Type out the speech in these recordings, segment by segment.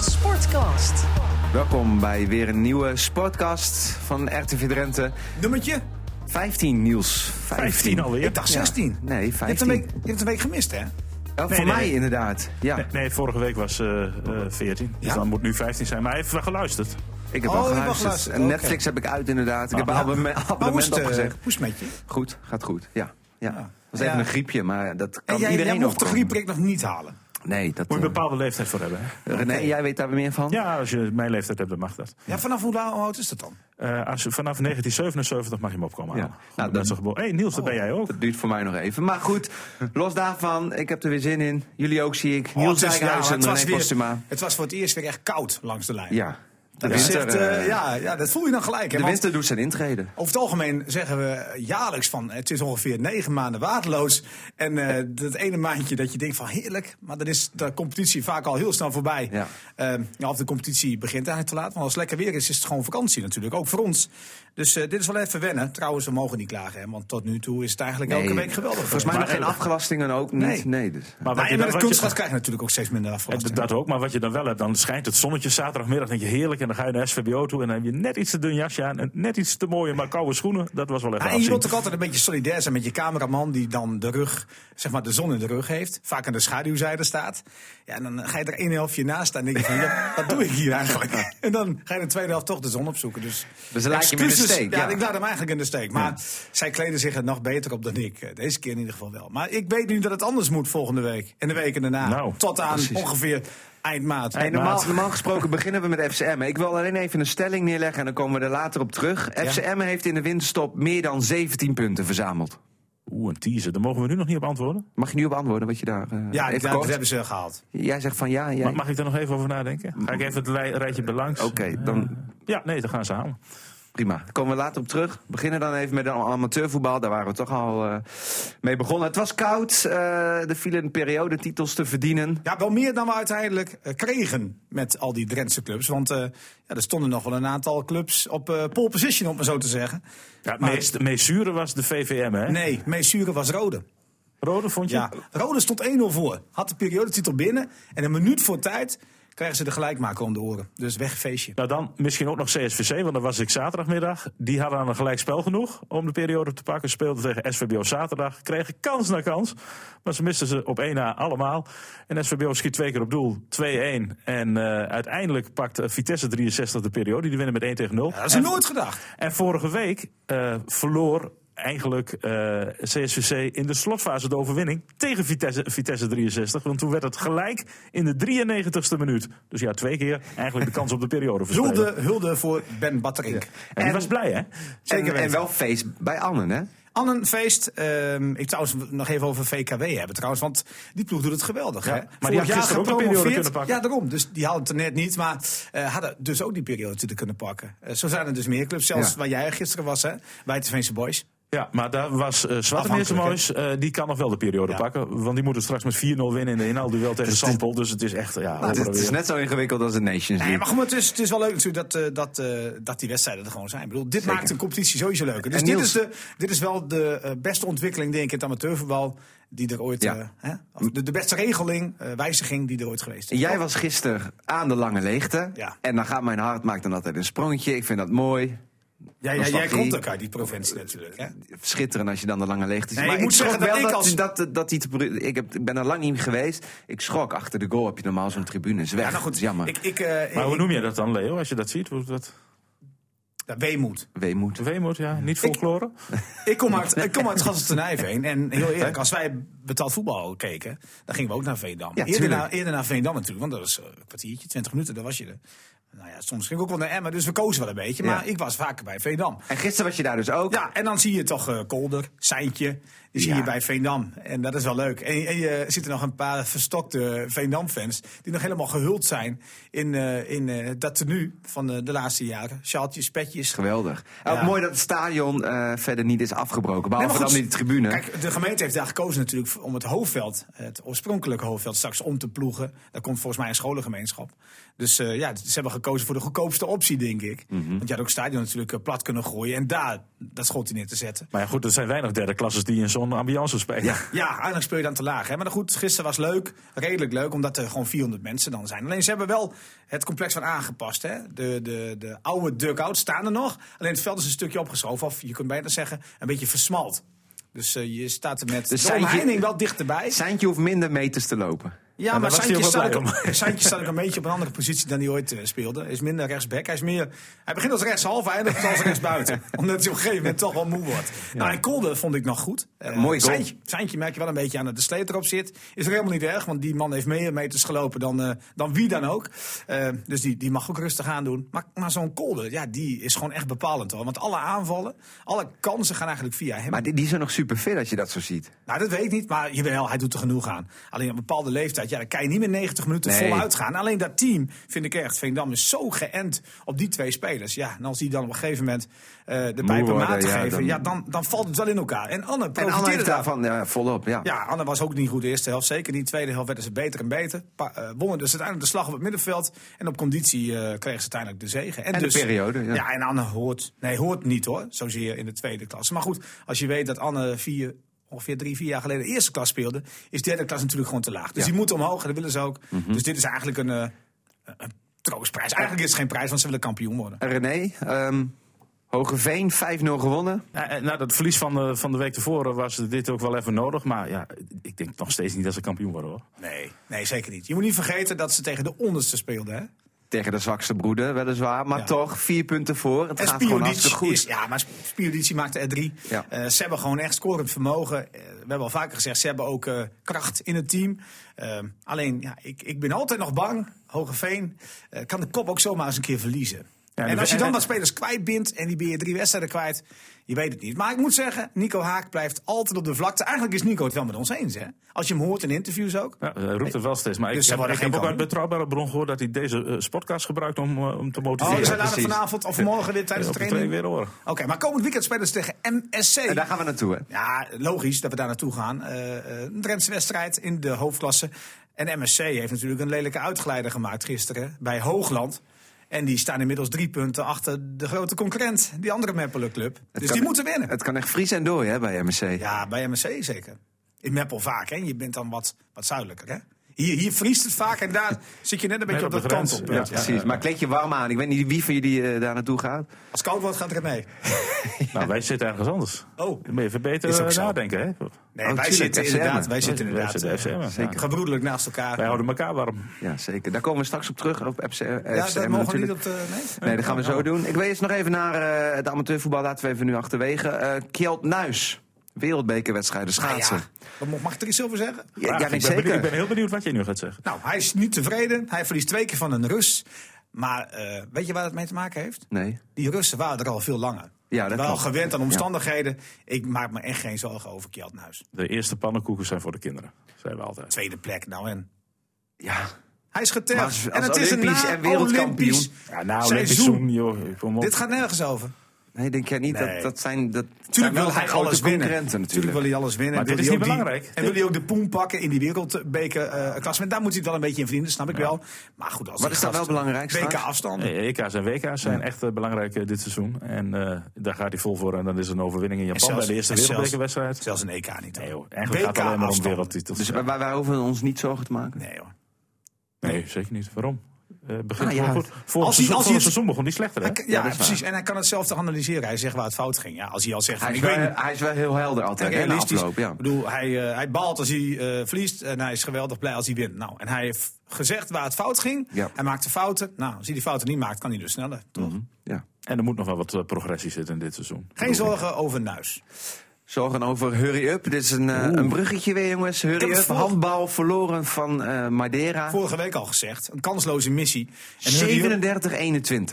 Sportcast. Welkom bij weer een nieuwe Sportcast van RTV Drenthe. Nummertje? 15 Niels. 15 alweer? Ik dacht Ja. 16. Nee, Je hebt, een 15. week, je hebt een week gemist, hè? Oh, Nee, voor nee, mij nee. inderdaad. Ja, Nee, nee, vorige week was eh, eh, 14. Dus Ja? dan moet nu 15 zijn. Maar hij heeft wel geluisterd. ik heb Oh, al je hebt al geluisterd. geluisterd, En oké. Oh, Netflix heb ik uit inderdaad. Ik heb een ja. abonnement, Maar hoe is abonnement het, eh, opgezegd. hoe is het met je? Goed, gaat goed. Ja. Ja. Ja. was even Ja. een griepje, maar dat kan En jij, jij iedereen mocht de overkomen. griepprik nog niet halen. Nee, dat... Moet je eh, een bepaalde leeftijd voor hebben. Hè? René, jij weet daar weer meer van? Ja, als je mijn leeftijd hebt, dan mag dat. Ja, vanaf hoe la- hoe oud is dat dan? Eh, als je, vanaf 1977 mag je hem opkomen Ja. halen. Nou, Nou, dan- Oh. dat is geboren. Hé, hey, Niels, daar ben jij ook. Dat duurt voor mij nog even. Maar goed, los daarvan, ik heb er weer zin in. Jullie ook, zie ik. Niels Oh, het is- Dijkhuis ja, en het was René weer- Postuma. Het was voor het eerst weer echt koud langs de lijn. Ja. De Dat is winter, echt, eh, eh, ja, ja, dat voel je dan gelijk. Hè? de want winter doet zijn intreden. Over het algemeen zeggen we jaarlijks van het is ongeveer negen maanden waardeloos. En eh, dat ene maandje dat je denkt van heerlijk, maar dan is de competitie vaak al heel snel voorbij. Ja. Eh, ja, of de competitie begint eigenlijk te laat. Want als het lekker weer is, is het gewoon vakantie natuurlijk, ook voor ons. Dus eh, dit is wel even wennen. Trouwens, we mogen niet klagen, hè, want tot nu toe is het eigenlijk elke week geweldig. Volgens mij nog Maar- geen afgelastingen ook niet. Nee, Nee. dus. Maar Nou, en wat je met dan- het wat je- kunstgras krijg je natuurlijk ook steeds minder afgelast. eh, dat ook, maar wat je dan wel hebt, dan schijnt het zonnetje zaterdagmiddag. denk je heerlijk, en dan ga je naar SVBO toe. En dan heb je net iets te dun jasje aan. En net iets te mooie, maar koude schoenen. Dat was wel even Ah, Ja, en je wilt afzien. ook altijd een beetje solidair zijn met je cameraman die dan de rug, zeg maar de zon in de rug heeft. Vaak aan de schaduwzijde staat. Ja, en dan ga je er één helftje naast staan en denk je van, ja, wat doe ik hier eigenlijk? En dan ga je de tweede helft toch de zon opzoeken. Dus, Dus dan laat je hem in de excuses. steek, Ja, ja. ik laat hem eigenlijk in de steek. Maar zij kleden zich er nog beter op dan ik. eh, Deze keer in ieder geval wel. Maar ik weet nu dat het anders moet volgende week. En de weken daarna. Nou, tot aan precies. ongeveer eind maart. Hey, normaal, maat. normaal gesproken beginnen we met FCM. Ik wil alleen even een stelling neerleggen en dan komen we er later op terug. FCM heeft in de winterstop meer dan 17 punten verzameld. Oeh, een teaser. Daar mogen we nu nog niet op antwoorden. Mag je nu op antwoorden wat je daar. eh, ja, even dat, dat kort? hebben ze gehaald. Jij zegt van ja. Jij... Maar mag ik daar nog even over nadenken? Ga ik even het lij- rijtje belangs? Oké, dan Ja, nee, dan gaan ze halen. prima. Daar komen we later op terug. We beginnen dan even met am- amateurvoetbal. Daar waren we toch al eh, mee begonnen. Het was koud. eh er vielen periodetitels te verdienen. Ja, wel meer dan we uiteindelijk eh, kregen met al die Drentse clubs. Want eh, ja, er stonden nog wel een aantal clubs op eh, pole position, om het maar zo te zeggen. Ja, het Maar- meest, het meest zure was de VVM, hè? Nee, het meest zure was Rode. Rode vond je? Ja, Rode stond 1-0 voor. Had de periodetitel binnen. En een minuut voor tijd krijgen ze de gelijkmaker om de oren. Dus weg feestje. Nou, dan misschien ook nog CSVC, want dat was ik zaterdagmiddag. Die hadden aan een gelijk spel genoeg om de periode te pakken. Speelden tegen SVBO zaterdag, kregen kans na kans. Maar ze misten ze op 1 na allemaal. En SVBO schiet twee keer op doel, 2-1. En eh, uiteindelijk pakt eh, Vitesse 63 de periode. Die winnen met 1 tegen 0. Ja, dat is En- nooit gedacht. En vorige week eh, verloor eigenlijk eh, CSVC in de slotfase de overwinning tegen Vitesse, Vitesse 63. Want toen werd het gelijk in de 93ste minuut. Dus ja, twee keer eigenlijk de kans op de periode verspelen. Hulde, hulde voor Ben Batterink. En die was blij, hè? Zeker en, en weten. wel feest bij Annen, hè? Annenfeest, ehm ik trouwens nog even over VKW hebben trouwens, want die ploeg doet het geweldig. Ja, hè? maar die had gisteren ook een gepromoveerd. periode kunnen pakken. Ja, daarom. Dus die hadden het er net niet, maar eh, hadden dus ook die periode natuurlijk kunnen pakken. Eh, zo zijn er dus meer clubs, zelfs Ja. waar jij gisteren was, hè, bij de Veense Boys. Ja, maar daar was eh Zwarte Afhankelijk, Meersemois, eh, die kan nog wel de periode Ja. pakken. Want die moeten straks met 4-0 winnen in de inhaalduel tegen Sampel. Dus het is echt, ja, Nou, het, is, overal het is weer. net zo ingewikkeld als de Nations League. Nee, maar goed, maar het is, het is wel leuk natuurlijk dat, eh, dat, eh, dat die wedstrijden er gewoon zijn. Ik bedoel, dit maakt een competitie sowieso leuker. Dus En dit Niels- is, de, dit is wel de eh, beste ontwikkeling, denk ik, in het amateurvoetbal. Die er ooit, Ja. eh, hè? Of de, de beste regeling, eh, wijziging die er ooit geweest is. Jij was gisteren aan de lange leegte. Ja. En dan gaat mijn hart maakt dan altijd een sprongetje. Ik vind dat mooi. Ja, ja, jij nostalgie. komt ook uit die provincie natuurlijk. Hè? Schitterend als je dan de lange leegte ziet. Nee, ik moet schrok zeggen dat ik als- dat, dat, die te bru- ik, heb, ik ben er lang niet geweest. Ik schrok. Achter de goal heb je normaal zo'n tribune. Is weg. Ja, nou goed, Jammer. Ik, ik, eh, Maar hoe ik- noem je dat dan, Leo, als je dat ziet? Hoe dat Ja, weemoed. Weemoed. weemoed, ja, niet folklore? Ik kom uit, ik kom uit Gassel ten Nijveen. En heel eerlijk, als wij betaald voetbal keken, dan gingen we ook naar Veendam. Ja, eerder, tuurlijk. naar, eerder naar Veendam natuurlijk, want dat was eh, een kwartiertje, twintig minuten, daar was je er. Nou ja, soms ging ik ook wel naar Emmen, dus we kozen wel een beetje. Maar Ja. ik was vaker bij Veendam. En gisteren was je daar dus ook. Ja, en dan zie je toch eh, Kolder, Seintje. Die zie Ja. je bij Veendam. En dat is wel leuk. En, en je ziet er nog een paar verstokte Veendam-fans. die nog helemaal gehuld zijn in, eh, in eh, dat tenue van eh, de laatste jaren. Sjaaltjes, petjes. netjes, geweldig. En ook Ja. mooi dat het stadion eh, verder niet is afgebroken. Nee, Behalve maar dan goed, in de tribune. Kijk, de gemeente heeft daar gekozen natuurlijk om het hoofdveld, het oorspronkelijke hoofdveld, straks om te ploegen. Daar komt volgens mij een scholengemeenschap. Dus eh, ja, ze hebben gekozen voor de goedkoopste optie, denk ik. Want je had ook stadion natuurlijk eh, plat kunnen gooien en daar dat schot in neer te zetten. Maar ja, goed, er zijn weinig derde klassers die in zo'n ambiance spelen. Ja. Ja, eigenlijk speel je dan te laag. Hè? Maar goed, gisteren was leuk, redelijk leuk, omdat er gewoon 400 mensen dan zijn. Alleen ze hebben wel het complex van aangepast. Hè? De, de, de oude dugouts staan er nog. Alleen het veld is een stukje opgeschoven, of je kunt bijna zeggen, een beetje versmalt. Dus eh, je staat er Dus met de zijn je- omheining wel dichterbij. Seintje hoeft minder meters te lopen. Ja, daar maar was hij Santje ook wel staat, blij ook- Santje staat ook een beetje op een andere positie dan hij ooit eh, speelde. Hij is minder rechtsback. Hij, is meer, hij begint als rechtshalve, hij eindigt als rechtsbuiten. Omdat hij op een gegeven moment toch wel moe wordt. Nou, en Kolde vond ik nog goed. Eh, mooi goal. Santje, Santje merk je wel een beetje aan dat de sleet erop zit. Is er helemaal niet erg, want die man heeft meer meters gelopen dan, eh, dan wie dan ook. Eh, dus die, die mag ook rustig aan doen. Maar, maar zo'n Kolde, ja, die is gewoon echt bepalend hoor. Want alle aanvallen, alle kansen gaan eigenlijk via hem. Maar die, die zijn nog super fit als je dat zo ziet. Nou, dat weet ik niet, maar jawel, hij doet er genoeg aan. Alleen op een bepaalde leeftijd, ja, dan kan je niet meer 90 minuten Nee. voluit gaan. Alleen dat team, vind ik echt, Veendam is zo geënt op die twee spelers. Ja, en als die dan op een gegeven moment eh, de pijpen worden, maat ja, geven, dan- ja, dan, dan valt het wel in elkaar. En Anne En Anne profiteerde heeft daarvan. daarvan ja, volop, ja. Ja, Anne was ook niet goed de eerste helft. Zeker niet. De tweede helft werden ze beter en beter. Pa- eh, wonnen dus uiteindelijk de slag op het middenveld. En op conditie eh, kregen ze uiteindelijk de zegen. En de dus- periode, ja. en Anne hoort... Nee, hoort niet hoor. Zozeer in de tweede klasse. Maar goed, als je weet dat Anne vier, ongeveer drie, vier jaar geleden eerste klas speelde... is derde klas natuurlijk gewoon te laag. Dus die moeten omhoog en dat willen ze ook. Mhm. Dus dit is eigenlijk een, eh, een troostprijs. Eigenlijk is het geen prijs, want ze willen kampioen worden. En René, ehm Hogeveen 5-0 gewonnen. Ja, en Na Nou, eh, dat verlies van de, van de week tevoren was dit ook wel even nodig. Maar ja, ik denk nog steeds niet dat ze kampioen worden hoor. Nee. Nee, zeker niet. Je moet niet vergeten dat ze tegen de onderste speelden, hè? Tegen de zwakste broeder, weliswaar. Maar Ja. toch, vier punten voor. Het gaat En gewoon Spionic hartstikke goed. is, ja, maar Sp- Spionic maakte er drie. Ja. Eh, ze hebben gewoon echt scorend vermogen. Eh, we hebben al vaker gezegd, ze hebben ook eh, kracht in het team. Eh, alleen, ja, ik, ik ben altijd nog bang, Hogeveen, eh, kan de kop ook zomaar eens een keer verliezen. Ja, en de- als je en- dan en- wat spelers kwijt bent en die ben je drie wedstrijden kwijt, je weet het niet. Maar ik moet zeggen, Nico Haak blijft altijd op de vlakte. Eigenlijk is Nico het wel met ons eens, hè? Als je hem hoort in interviews ook. Ja, hij roept het wel steeds. Maar Dus ze ik heb, worden ik heb geen ook uit kampioen. betrouwbare bron gehoord dat hij deze eh, podcast gebruikt om, eh, om te Oh, motiveren. dus hij laat het precies. vanavond of morgen weer tijdens Op de de training. training weer horen. Oké, maar komend weekend spelen ze tegen MSC. En daar gaan we naartoe, hè? Ja, logisch dat we daar naartoe gaan. Eh, eh, een Drentse wedstrijd in de hoofdklasse. En MSC heeft natuurlijk een lelijke uitgeleider gemaakt gisteren bij Hoogland. En die staan inmiddels drie punten achter de grote concurrent, die andere Meppelen club. dus kan- die moeten winnen. Het kan echt vries en dooi, hè, bij MSC. Ja, bij MSC zeker. In Meppel vaak, hè? Je bent dan wat, wat zuidelijker, hè? Hier, hier vriest het vaak en daar zit je net een beetje Net op op dat de grens, kantelpunt. ja. Ja. Precies, maar kleed je warm aan. Ik weet niet wie van jullie eh, daar naartoe gaat. Als het koud wordt, gaat het mee. Nou, wij zitten ergens anders. Oh. Dan moet je even beter Is ook eh, zo. nadenken. Hè? Nee, Oh, wij, tuurlijk, zitten FCM. inderdaad, wij zitten Wij inderdaad zitten eh, FCM, Zeker. gebroedelijk naast elkaar. Wij houden elkaar warm. Ja, zeker. Daar komen we straks op terug. Op eh, FCM, ja, dat mogen we niet natuurlijk. op de... Nee? Nee, dat gaan we zo doen. Ik wil eerst nog even naar eh, het amateurvoetbal. Laten we even nu achterwege. Eh Kjeld Nuis. Wereldbekerwedstrijden schaatsen. Nou ja, dat mag- mag ik er iets over zeggen? Ja, Vraag, ja, nee, ik, ben zeker. benieuwd- ik ben heel benieuwd wat je nu gaat zeggen. Nou, hij is niet tevreden. Hij verliest twee keer van een Rus. Maar eh, weet je waar dat mee te maken heeft? Nee. Die Russen waren er al veel langer. Ja, dat wel klopt. gewend aan Ja. omstandigheden. Ik maak me echt geen zorgen over Kjeldnuis. De eerste pannenkoeken zijn voor de kinderen. Zijn we altijd. Tweede plek, nou en. Ja. Hij is Maar getergd. als- en als het is een Olympisch na- en wereldkampioen. Olympisch Ja, nou, seizoen. seizoen, joh. Kom op. Dit gaat nergens over. Nee, denk jij niet? Nee. Dat, dat zijn, dat zijn Tuurlijk wel wil hij grote alles winnen. concurrenten Tuurlijk natuurlijk. wil hij alles winnen. Maar En wil dit is hij niet ook die- belangrijk. En wil hij ook de poen pakken in die wereldbeker eh klassement. Daar moet hij het wel een beetje in verdienen, snap ik wel. Maar goed, Wat als die is daar gast- wel belangrijk straks? Beker afstand. Eh, EK's en WK's zijn echt eh, belangrijk eh, dit seizoen. En eh, daar gaat hij vol voor. En dan is er een overwinning in Japan En zelfs- bij de eerste en zelfs- wereldbekerwedstrijd. Zelfs een EK niet. hoor. Nee joh, eigenlijk gaat het alleen maar om WK-afstand. wereldtitels. Dus wij, wij hoeven ons niet zorgen te maken. Nee hoor. nee, zeker niet. Waarom? Eh begin Nou ja, gewoon goed. als hij- Vorig seizoen, als hij vorig het- seizoen begon die slechter hè? Hij kan- Ja, ja, dat is precies. En hij kan het zelf toch analyseren. Hij zegt waar het fout ging. Ja, als hij al zegt, van, Hij, is ik wel, weet niet. hij is wel heel helder altijd. hè, na Realistisch. afloop, ja. Ik bedoel, hij, eh, hij baalt als hij eh, verliest. En hij is geweldig blij als hij wint. Nou, en hij heeft gezegd waar het fout ging. Ja. Mhm. Hij maakte fouten. Nou, als hij die fouten niet maakt, kan hij dus sneller. Toch? ja. En er moet nog wel wat eh, progressie zitten in dit seizoen. Geen zorgen over Nuis. Zorgen over Hurry Up. Dit is een, eh, een bruggetje weer, jongens. Hurry heb Up, het voor- handbal verloren van eh Madeira. Vorige week al gezegd. Een kansloze missie. En Hurry Up, 37-21.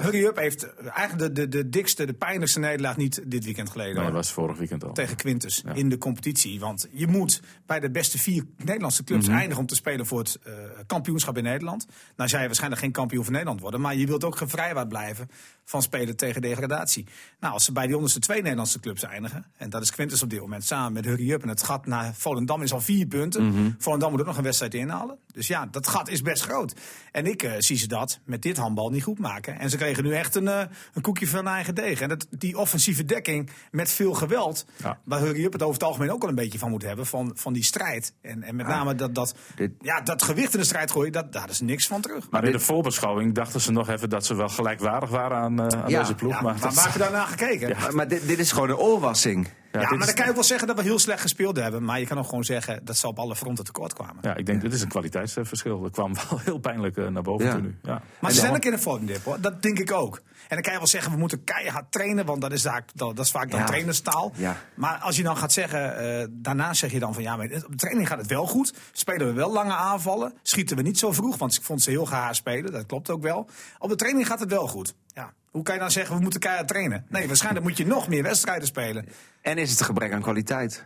Hurry Up heeft eigenlijk de, de, de dikste, de pijnlijkste nederlaag niet dit weekend geleden. Nee, hoor. dat was vorig weekend al. tegen Quintus in de competitie. Want je moet bij de beste vier Nederlandse clubs eindigen om te spelen voor het eh, kampioenschap in Nederland. Nou zou je waarschijnlijk geen kampioen van Nederland worden, maar je wilt ook gevrijwaard blijven van spelen tegen degradatie. Nou, als ze bij die onderste twee Nederlandse clubs eindigen, en dat is Quintus op dit moment samen met Hurry Up en het gat naar Volendam is al vier punten. Volendam moet ook nog een wedstrijd inhalen. Dus ja, dat gat is best groot. En ik eh, zie ze dat met dit handbal niet goed maken. En ze kregen nu echt een, eh, een koekje van eigen deeg. En dat, die offensieve dekking met veel geweld, Ja. Waar Hurry Up het over het algemeen ook al een beetje van moet hebben. Van, van die strijd. En, en met name dat, dat, Dit- ja, dat gewicht in de strijd gooien, dat, daar is niks van terug. Maar in de dit- voorbeschouwing dachten ze nog even dat ze wel gelijkwaardig waren aan, eh, aan Ja, deze ploeg. Ja, maar maar dat- waar heb je daarna gekeken? Ja, Maar, maar dit, dit is gewoon een oorwassing. ja, dit maar is- dan kan je ook wel zeggen dat we heel slecht gespeeld hebben. Maar je kan ook gewoon zeggen dat ze op alle fronten tekort kwamen. ja, ik denk, dit is een kwaliteitsverschil. Dat kwam wel heel pijnlijk eh, naar boven Ja. toe nu. Ja. Maar En ze dan- zijn ook in een vormdip hoor, dat denk ik ook. En dan kan je wel zeggen, we moeten keihard trainen, want dat is, daar, dat, dat is vaak dan Ja. trainerstaal. Ja. Maar als je dan gaat zeggen, eh daarna zeg je dan van ja, maar op de training gaat het wel goed. Spelen we wel lange aanvallen, schieten we niet zo vroeg, want ik vond ze heel gehaar spelen, dat klopt ook wel. Op de training gaat het wel goed. Ja. Hoe kan je dan zeggen, we moeten keihard trainen? Nee, waarschijnlijk moet je nog meer wedstrijden spelen. En is het gebrek aan kwaliteit.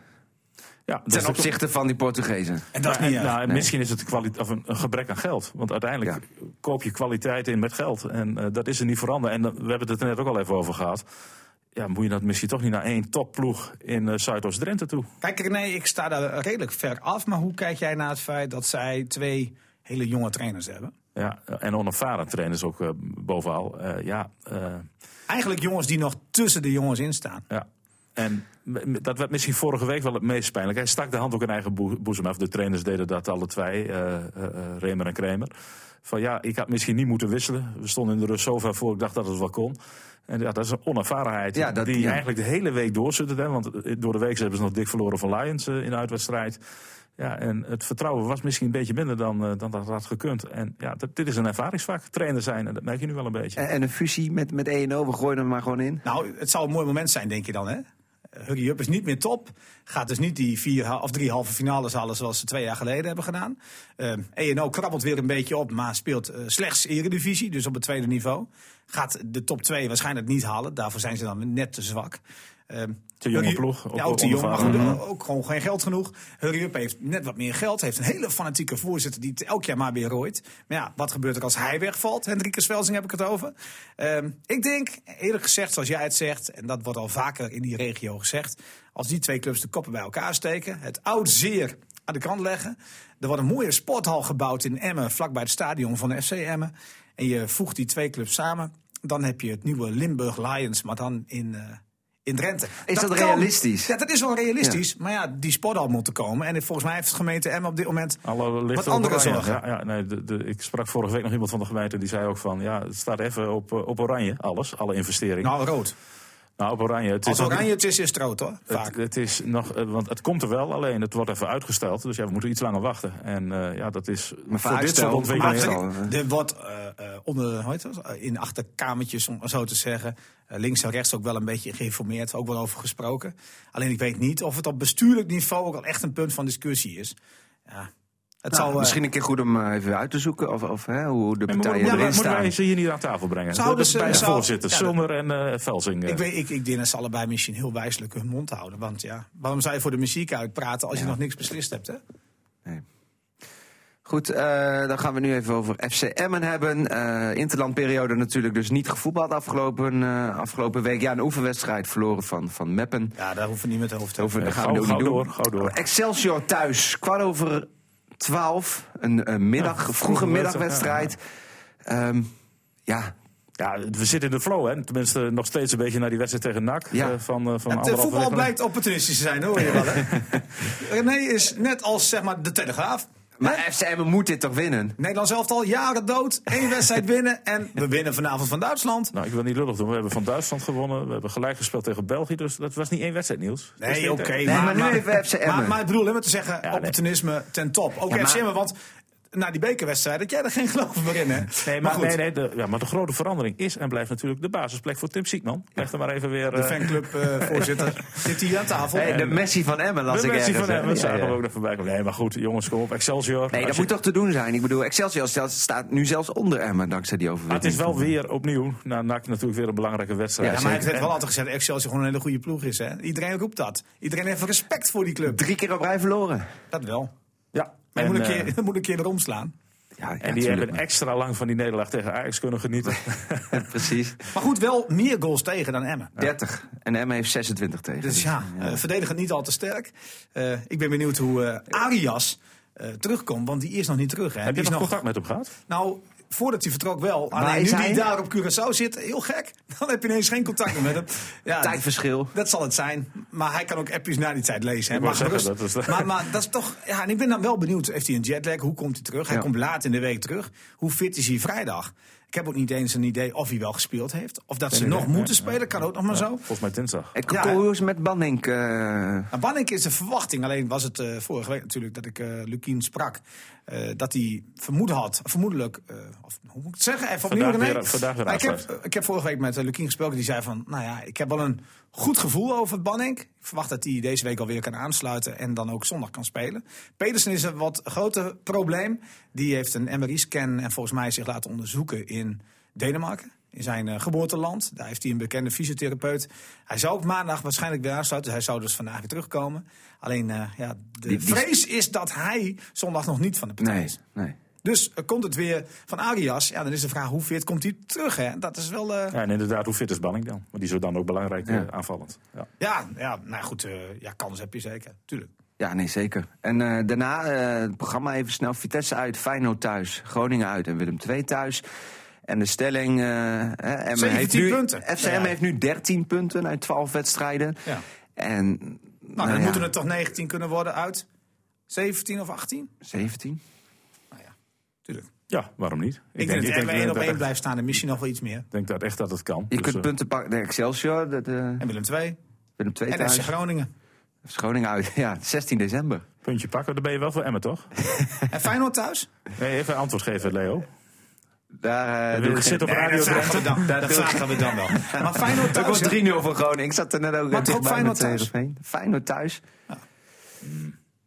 Ja, dus Ten de- opzichte van die Portugezen. En dat is En, niet erg. nou, en Misschien is het een, kwali- of een, een gebrek aan geld. Want uiteindelijk koop je kwaliteit in met geld. En eh, dat is er niet veranderd. En eh, we hebben het er net ook al even over gehad. Ja, moet je dat misschien toch niet naar één topploeg in eh, Zuidoost-Drenthe toe? Kijk, René, ik sta daar redelijk ver af, maar hoe kijk jij naar het feit dat zij twee hele jonge trainers hebben? Ja, eh, en onervaren trainers ook eh, bovenal. Eh, ja, eh, Eigenlijk jongens die nog tussen de jongens in staan. ja. En m- m- dat werd misschien vorige week wel het meest pijnlijk. Hij stak de hand ook in eigen boe- boezem af. De trainers deden dat alle twee, eh, eh, eh, Remer en Kremer. Van ja, ik had misschien niet moeten wisselen. We stonden in de rust zo ver voor, ik dacht dat het wel kon. En ja, dat is een onervarenheid Ja, dat- die ja. eigenlijk de hele week door zit. Hè? Want eh, door de week hebben ze nog dik verloren van Lions eh, in de uitwedstrijd. Ja, en het vertrouwen was misschien een beetje minder dan, eh, dan dat had gekund. En ja, dat- dit is een ervaringsvak, trainer zijn. En dat merk je nu wel een beetje. En, en een fusie met, met ENO, we gooien hem maar gewoon in. Nou, het zal een mooi moment zijn, denk je dan, hè? Hurry Up is niet meer top. Gaat dus niet die vier ha- of drie halve finales halen zoals ze twee jaar geleden hebben gedaan. Eh, ENO krabbelt weer een beetje op, maar speelt eh, slechts eredivisie, dus op het tweede niveau. Gaat de top 2 waarschijnlijk niet halen. Daarvoor zijn ze dan net te zwak. Eh, Te jonge Hurry- ploeg, ook Mhm. Ja, ook te jong, maar onervaren. Mhm. goed, Eh, ook gewoon geen geld genoeg. Hurry Up heeft net wat meer geld. Heeft een hele fanatieke voorzitter die het elk jaar maar weer rooit. Maar ja, wat gebeurt er als hij wegvalt? Hendrikus Velsing heb ik het over. Ehm, ik denk, eerlijk gezegd, zoals jij het zegt... en dat wordt al vaker in die regio gezegd... als die twee clubs de koppen bij elkaar steken... het oud zeer aan de kant leggen. Er wordt een mooie sporthal gebouwd in Emmen... vlakbij het stadion van de FC Emmen. En je voegt die twee clubs samen... dan heb je het nieuwe Limburg Lions, maar dan in... eh, in Drenthe. Is dat kan. realistisch? Ja, dat is wel realistisch. Maar ja, die sporthal moet er komen. En volgens mij heeft de gemeente Emmen op dit moment Alle lichten wat op andere oranje. zorgen. Ja, ja, nee, de, de- ik sprak vorige week nog iemand van de gemeente die zei ook van ja, het staat even op, eh, op oranje, alles, alle investeringen. Nou, Nou, rood. op oranje. Het Als nog niet- oranje het is, is het rood hoor. Vaak. Het, het is nog, eh, want het komt er wel, alleen het wordt even uitgesteld. Dus ja, we moeten iets langer wachten. En eh, ja, dat is Maar voor dit uitstel- soort Maar het ontwikkelingen. uitstel- er- er wordt eh, eh, onder, hoe heet dat? Eh, in achterkamertjes, om zo te zeggen, eh, links en rechts ook wel een beetje geïnformeerd, ook wel over gesproken. Alleen ik weet niet of het op bestuurlijk niveau ook al echt een punt van discussie is. Ja, het Nou, zal, eh, misschien een keer goed om eh, even uit te zoeken of, of hè, hoe de En moeten- partijen ja, maar erin moeten wij staan. ze hier niet aan tafel brengen? Zouden Dat is ze- bij de zou- voorzitter, ja, dat- Sommer en eh, Velsing. eh. Ik, weet, ik, ik denk dat ze allebei misschien heel wijselijk hun mond houden. Want ja, waarom zou je voor de muziek uitpraten als je nog niks beslist hebt? Hè? Goed, eh, dan gaan we nu even over FC Emmen hebben. Eh interlandperiode natuurlijk dus niet gevoetbald afgelopen, eh, afgelopen week. Ja, een oefenwedstrijd verloren van, van Meppen. Ja, daar hoeven we niet met de hoofd over. Over, Eh, dat gaan we gauw- ook gauw niet doen. Oh, door, gauw door. Excelsior thuis, kwart over twaalf. Een, eh, middag, Ja, vroege vroege middagwedstrijd. Ehm, ja, ja, we zitten in de flow, hè? Tenminste, nog steeds een beetje naar die wedstrijd tegen NAC. Ja. eh, van, eh, van Het eh, anderhalve voetbal week geleden. blijkt opportunistisch te zijn, hoor je wel. Hè? René is net als zeg maar, de Telegraaf. maar FC Emmen moet dit toch winnen? Nederland zelf al jaren dood. Eén wedstrijd winnen en we winnen vanavond van Duitsland. Nou, ik wil niet lullig doen. We hebben van Duitsland gewonnen. We hebben gelijk gespeeld tegen België. Dus dat was niet één wedstrijd, Niels. Dus dit, Nee, oké. eh, maar nu even FC Emmen. Maar, maar ik bedoel, hè, maar te zeggen, nee. opportunisme ten top. Ook Ja, maar- FC Emmen, want na die bekerwedstrijd dat jij er geen geloof meer in hebt. Nee, maar, nee, nee, de, ja, maar de grote verandering is en blijft natuurlijk de basisplek voor Tim Siekman. Leg er maar even weer. De eh, fanclubvoorzitter zit hier aan tafel. Hey, Eh, de Messi van Emmen las de ik Messi ergens, van hè? Emmen Ja, zagen ja. we ook nog voorbij komen. Nee, maar goed, jongens, kom op. Excelsior. Nee, dat Als moet je- toch te doen zijn? Ik bedoel, Excelsior staat- staat nu zelfs onder Emmen dankzij die Maar het overwinning. is wel weer opnieuw. Na NAC natuurlijk weer een belangrijke wedstrijd. Ja, Ja, maar zeker. hij heeft wel altijd gezegd dat Excelsior gewoon een hele goede ploeg is. Hè? Iedereen roept dat. Iedereen heeft respect voor die club. Drie keer op rij verloren. Dat wel. Ja. Hij moet, een eh, keer, moet een keer erom slaan. Ja, ja, En die tuurlijk, hebben maar- extra lang van die nederlaag tegen Ajax kunnen genieten. Precies. Maar goed, wel meer goals tegen dan Emmen. 30. En Emmen heeft 26 tegen. Dus ja, eh, verdedigend niet al te sterk. Eh, ik ben benieuwd hoe eh, Arias eh, terugkomt, want die is nog niet terug. Hè? Heb je die nog is nog, contact met hem gehad? nou, voordat hij vertrok wel. Alleen is nu hij hij? daar op Curaçao zit, heel gek. Dan heb je ineens geen contact meer met hem. Ja, Tijdverschil. Dat zal het zijn. Maar hij kan ook appjes na die tijd lezen. Hè? Ik wou Mag hem zeggen, rust. dat is- maar, maar dat is toch. Ja, en ik ben dan wel benieuwd. Heeft hij een jetlag? Hoe komt hij terug? Hij Ja. komt laat in de week terug. Hoe fit is hij vrijdag? Ik heb ook niet eens een idee of hij wel gespeeld heeft. Of dat ze idee, nog ja, moeten spelen. Kan ook nog maar zo. Volgens mij dinsdag. Het Ja. concours met Banning. eh, Nou, Bannink is de verwachting. Alleen was het eh, vorige week natuurlijk dat ik eh Lukien sprak. eh, dat hij vermoed had, vermoedelijk, eh, of hoe moet ik het zeggen? Eh, Even opnieuw Vandaag René. weer- vandaag weer Maar ik, heb, aansluiten. eh, ik heb vorige week met eh, Lukien gesproken. Die zei van, nou ja, ik heb wel een goed gevoel over Bannink. Ik verwacht dat hij deze week alweer kan aansluiten en dan ook zondag kan spelen. Pedersen is een wat groter probleem. Die heeft een MRI-scan en volgens mij zich laten onderzoeken in Denemarken. In zijn eh, geboorteland. Daar heeft hij een bekende fysiotherapeut. Hij zou ook maandag waarschijnlijk weer aansluiten. Dus hij zou dus vandaag weer terugkomen. Alleen eh, ja, de Die- die- vrees is dat hij zondag nog niet van de partij nee, is. nee. Dus eh, komt het weer van Arias. Ja, dan is de vraag hoe fit komt hij terug. Hè? Dat is wel. eh, Ja, en inderdaad, hoe fit is Banning dan? Want die is dan ook belangrijk eh, Ja. aanvallend. Ja. ja, ja, nou goed, eh, ja, kans heb je zeker. Tuurlijk. Ja, nee, zeker. En eh, daarna eh, het programma even snel. Vitesse uit, Feyenoord thuis, Groningen uit en Willem II thuis. En de stelling... eh, hè, Emmen 17 heeft nu, punten. FCM Nou ja. heeft nu 13 punten uit 12 wedstrijden. Ja. En... Nou, dan ja, moeten het toch 19 kunnen worden uit 17 of 18? 17? Nou ja, tuurlijk. ja, waarom niet? Ik, denk, dat Emmen één op dat één echt- blijft staan en misschien nog wel iets meer. ik denk dat echt dat het kan. Je Dus, kunt eh, punten pakken. Nee, Excelsior, de, de, En Willem 2 Willem II en thuis. FC Groningen. Groningen uit, ja, 16 december. puntje pakken, dan ben je wel voor Emmen, toch? En Feyenoord thuis? Nee, even antwoord geven, Leo. Daar eh wil doe ik zitten geen- op Nee, Radio dat Drenthe. vragen we dan. Dat vragen we dan wel. Maar Feyenoord Dat thuis? was hè? 3-0 voor Groningen. Ik zat er net ook Maar eh, toch dichtbij met Feyenoord thuis? Heerenveen. Feyenoord thuis.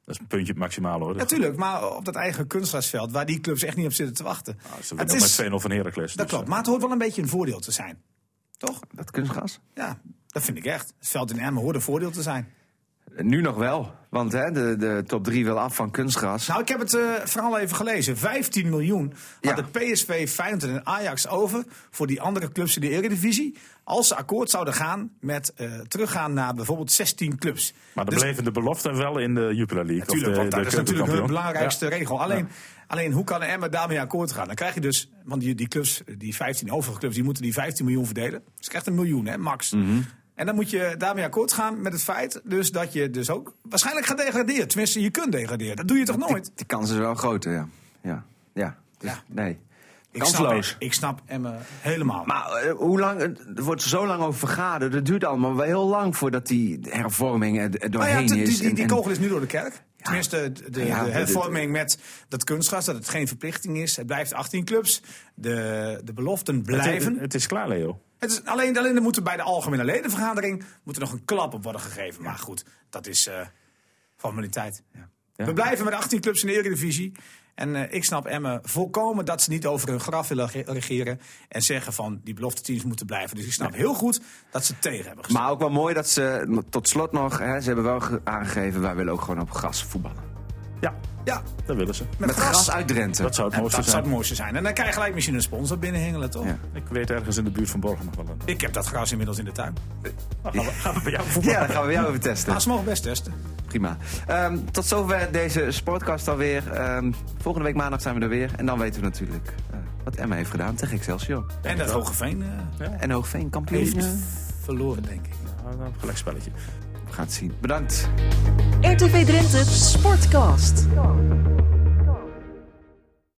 Dat is een puntje maximaal, hoor. Dat Natuurlijk, maar op dat eigen kunstgrasveld waar die clubs echt niet op zitten te wachten. Ah, Ze het winnen is, met 2-0 van Heracles. dat dus, klopt, maar het hoort wel een beetje een voordeel te zijn. Toch? Dat kunstgras. Ja, dat vind ik echt. Het veld in Emmen hoort een voordeel te zijn. Eh, Nu nog wel, want hè, de, de top 3 wil af van kunstgras. Nou, ik heb het eh, verhaal even gelezen. 15 miljoen had de PSV, Feyenoord en Ajax over voor die andere clubs in de Eredivisie. Als ze akkoord zouden gaan met eh, teruggaan naar bijvoorbeeld 16 clubs. eh, Maar dan Dus- bleven de beloften wel in de Jupiler League. of Tuurlijk, de- want de dat is natuurlijk de keukenkampioen. belangrijkste regel. Alleen, alleen hoe kan Emmen daarmee akkoord gaan? Dan krijg je dus, want die, die clubs, die 15 overige clubs, die moeten die 15 miljoen verdelen. Dus je krijgt een miljoen, hè, max. Mhm. En dan moet je daarmee akkoord gaan met het feit dus dat je dus ook waarschijnlijk gaat degraderen. Tenminste, je kunt degraderen. Dat doe je toch nooit? Die, die kans is wel groter, ja. Ja, ja. Dus, Ja. nee. Ik Kansloos. Snap, ik snap Emmen helemaal. Maar eh, hoe lang, er wordt zo lang over vergaderd. Het duurt allemaal wel heel lang voordat die hervorming er- er Nou ja, doorheen die, is. die, die, En- en- kogel is nu door de kerk. Tenminste, de, de, Ja, de dit- hervorming met dat kunstgras, dat het geen verplichting is. Het blijft 18 clubs. De, de beloften Het, blijven. het, het is klaar, Leo. Het is alleen, alleen er moet er bij de algemene ledenvergadering moet er nog een klap op worden gegeven. Maar goed, dat is eh, formaliteit. Ja. We blijven met 18 clubs in de Eredivisie. En eh, ik snap Emmen volkomen dat ze niet over hun graf willen ge- regeren. En zeggen van die belofte teams moeten blijven. Dus ik snap heel goed dat ze tegen hebben gestemd. Maar ook wel mooi dat ze, tot slot nog, hè, ze hebben wel ge- aangegeven... wij willen ook gewoon op gras voetballen. Ja, ja, dat willen ze. met, Met gras uit Drenthe. Dat zou het En dat zou mooiste het zijn. mooiste zijn. En dan krijg je gelijk misschien een sponsor binnenhengelen, toch? Ja. Ik weet ergens in de buurt van Borgen nog wel een. Ik heb dat gras inmiddels in de tuin. Nou, gaan, we, gaan we bij jou voetballen? Ja, daar gaan we jou over testen. Maar ze mogen best testen. Prima. Ehm, tot zover deze sportcast alweer. Ehm, volgende week maandag zijn we er weer. En dan weten we natuurlijk eh, wat Emma heeft gedaan tegen Excelsior. En dat Hogeveen eh En Hoogveen kampioen. heeft eh, verloren, denk ik. Nou, een gelijkspelletje. we gaan het zien. Bedankt. RTV Drenthe Sportcast.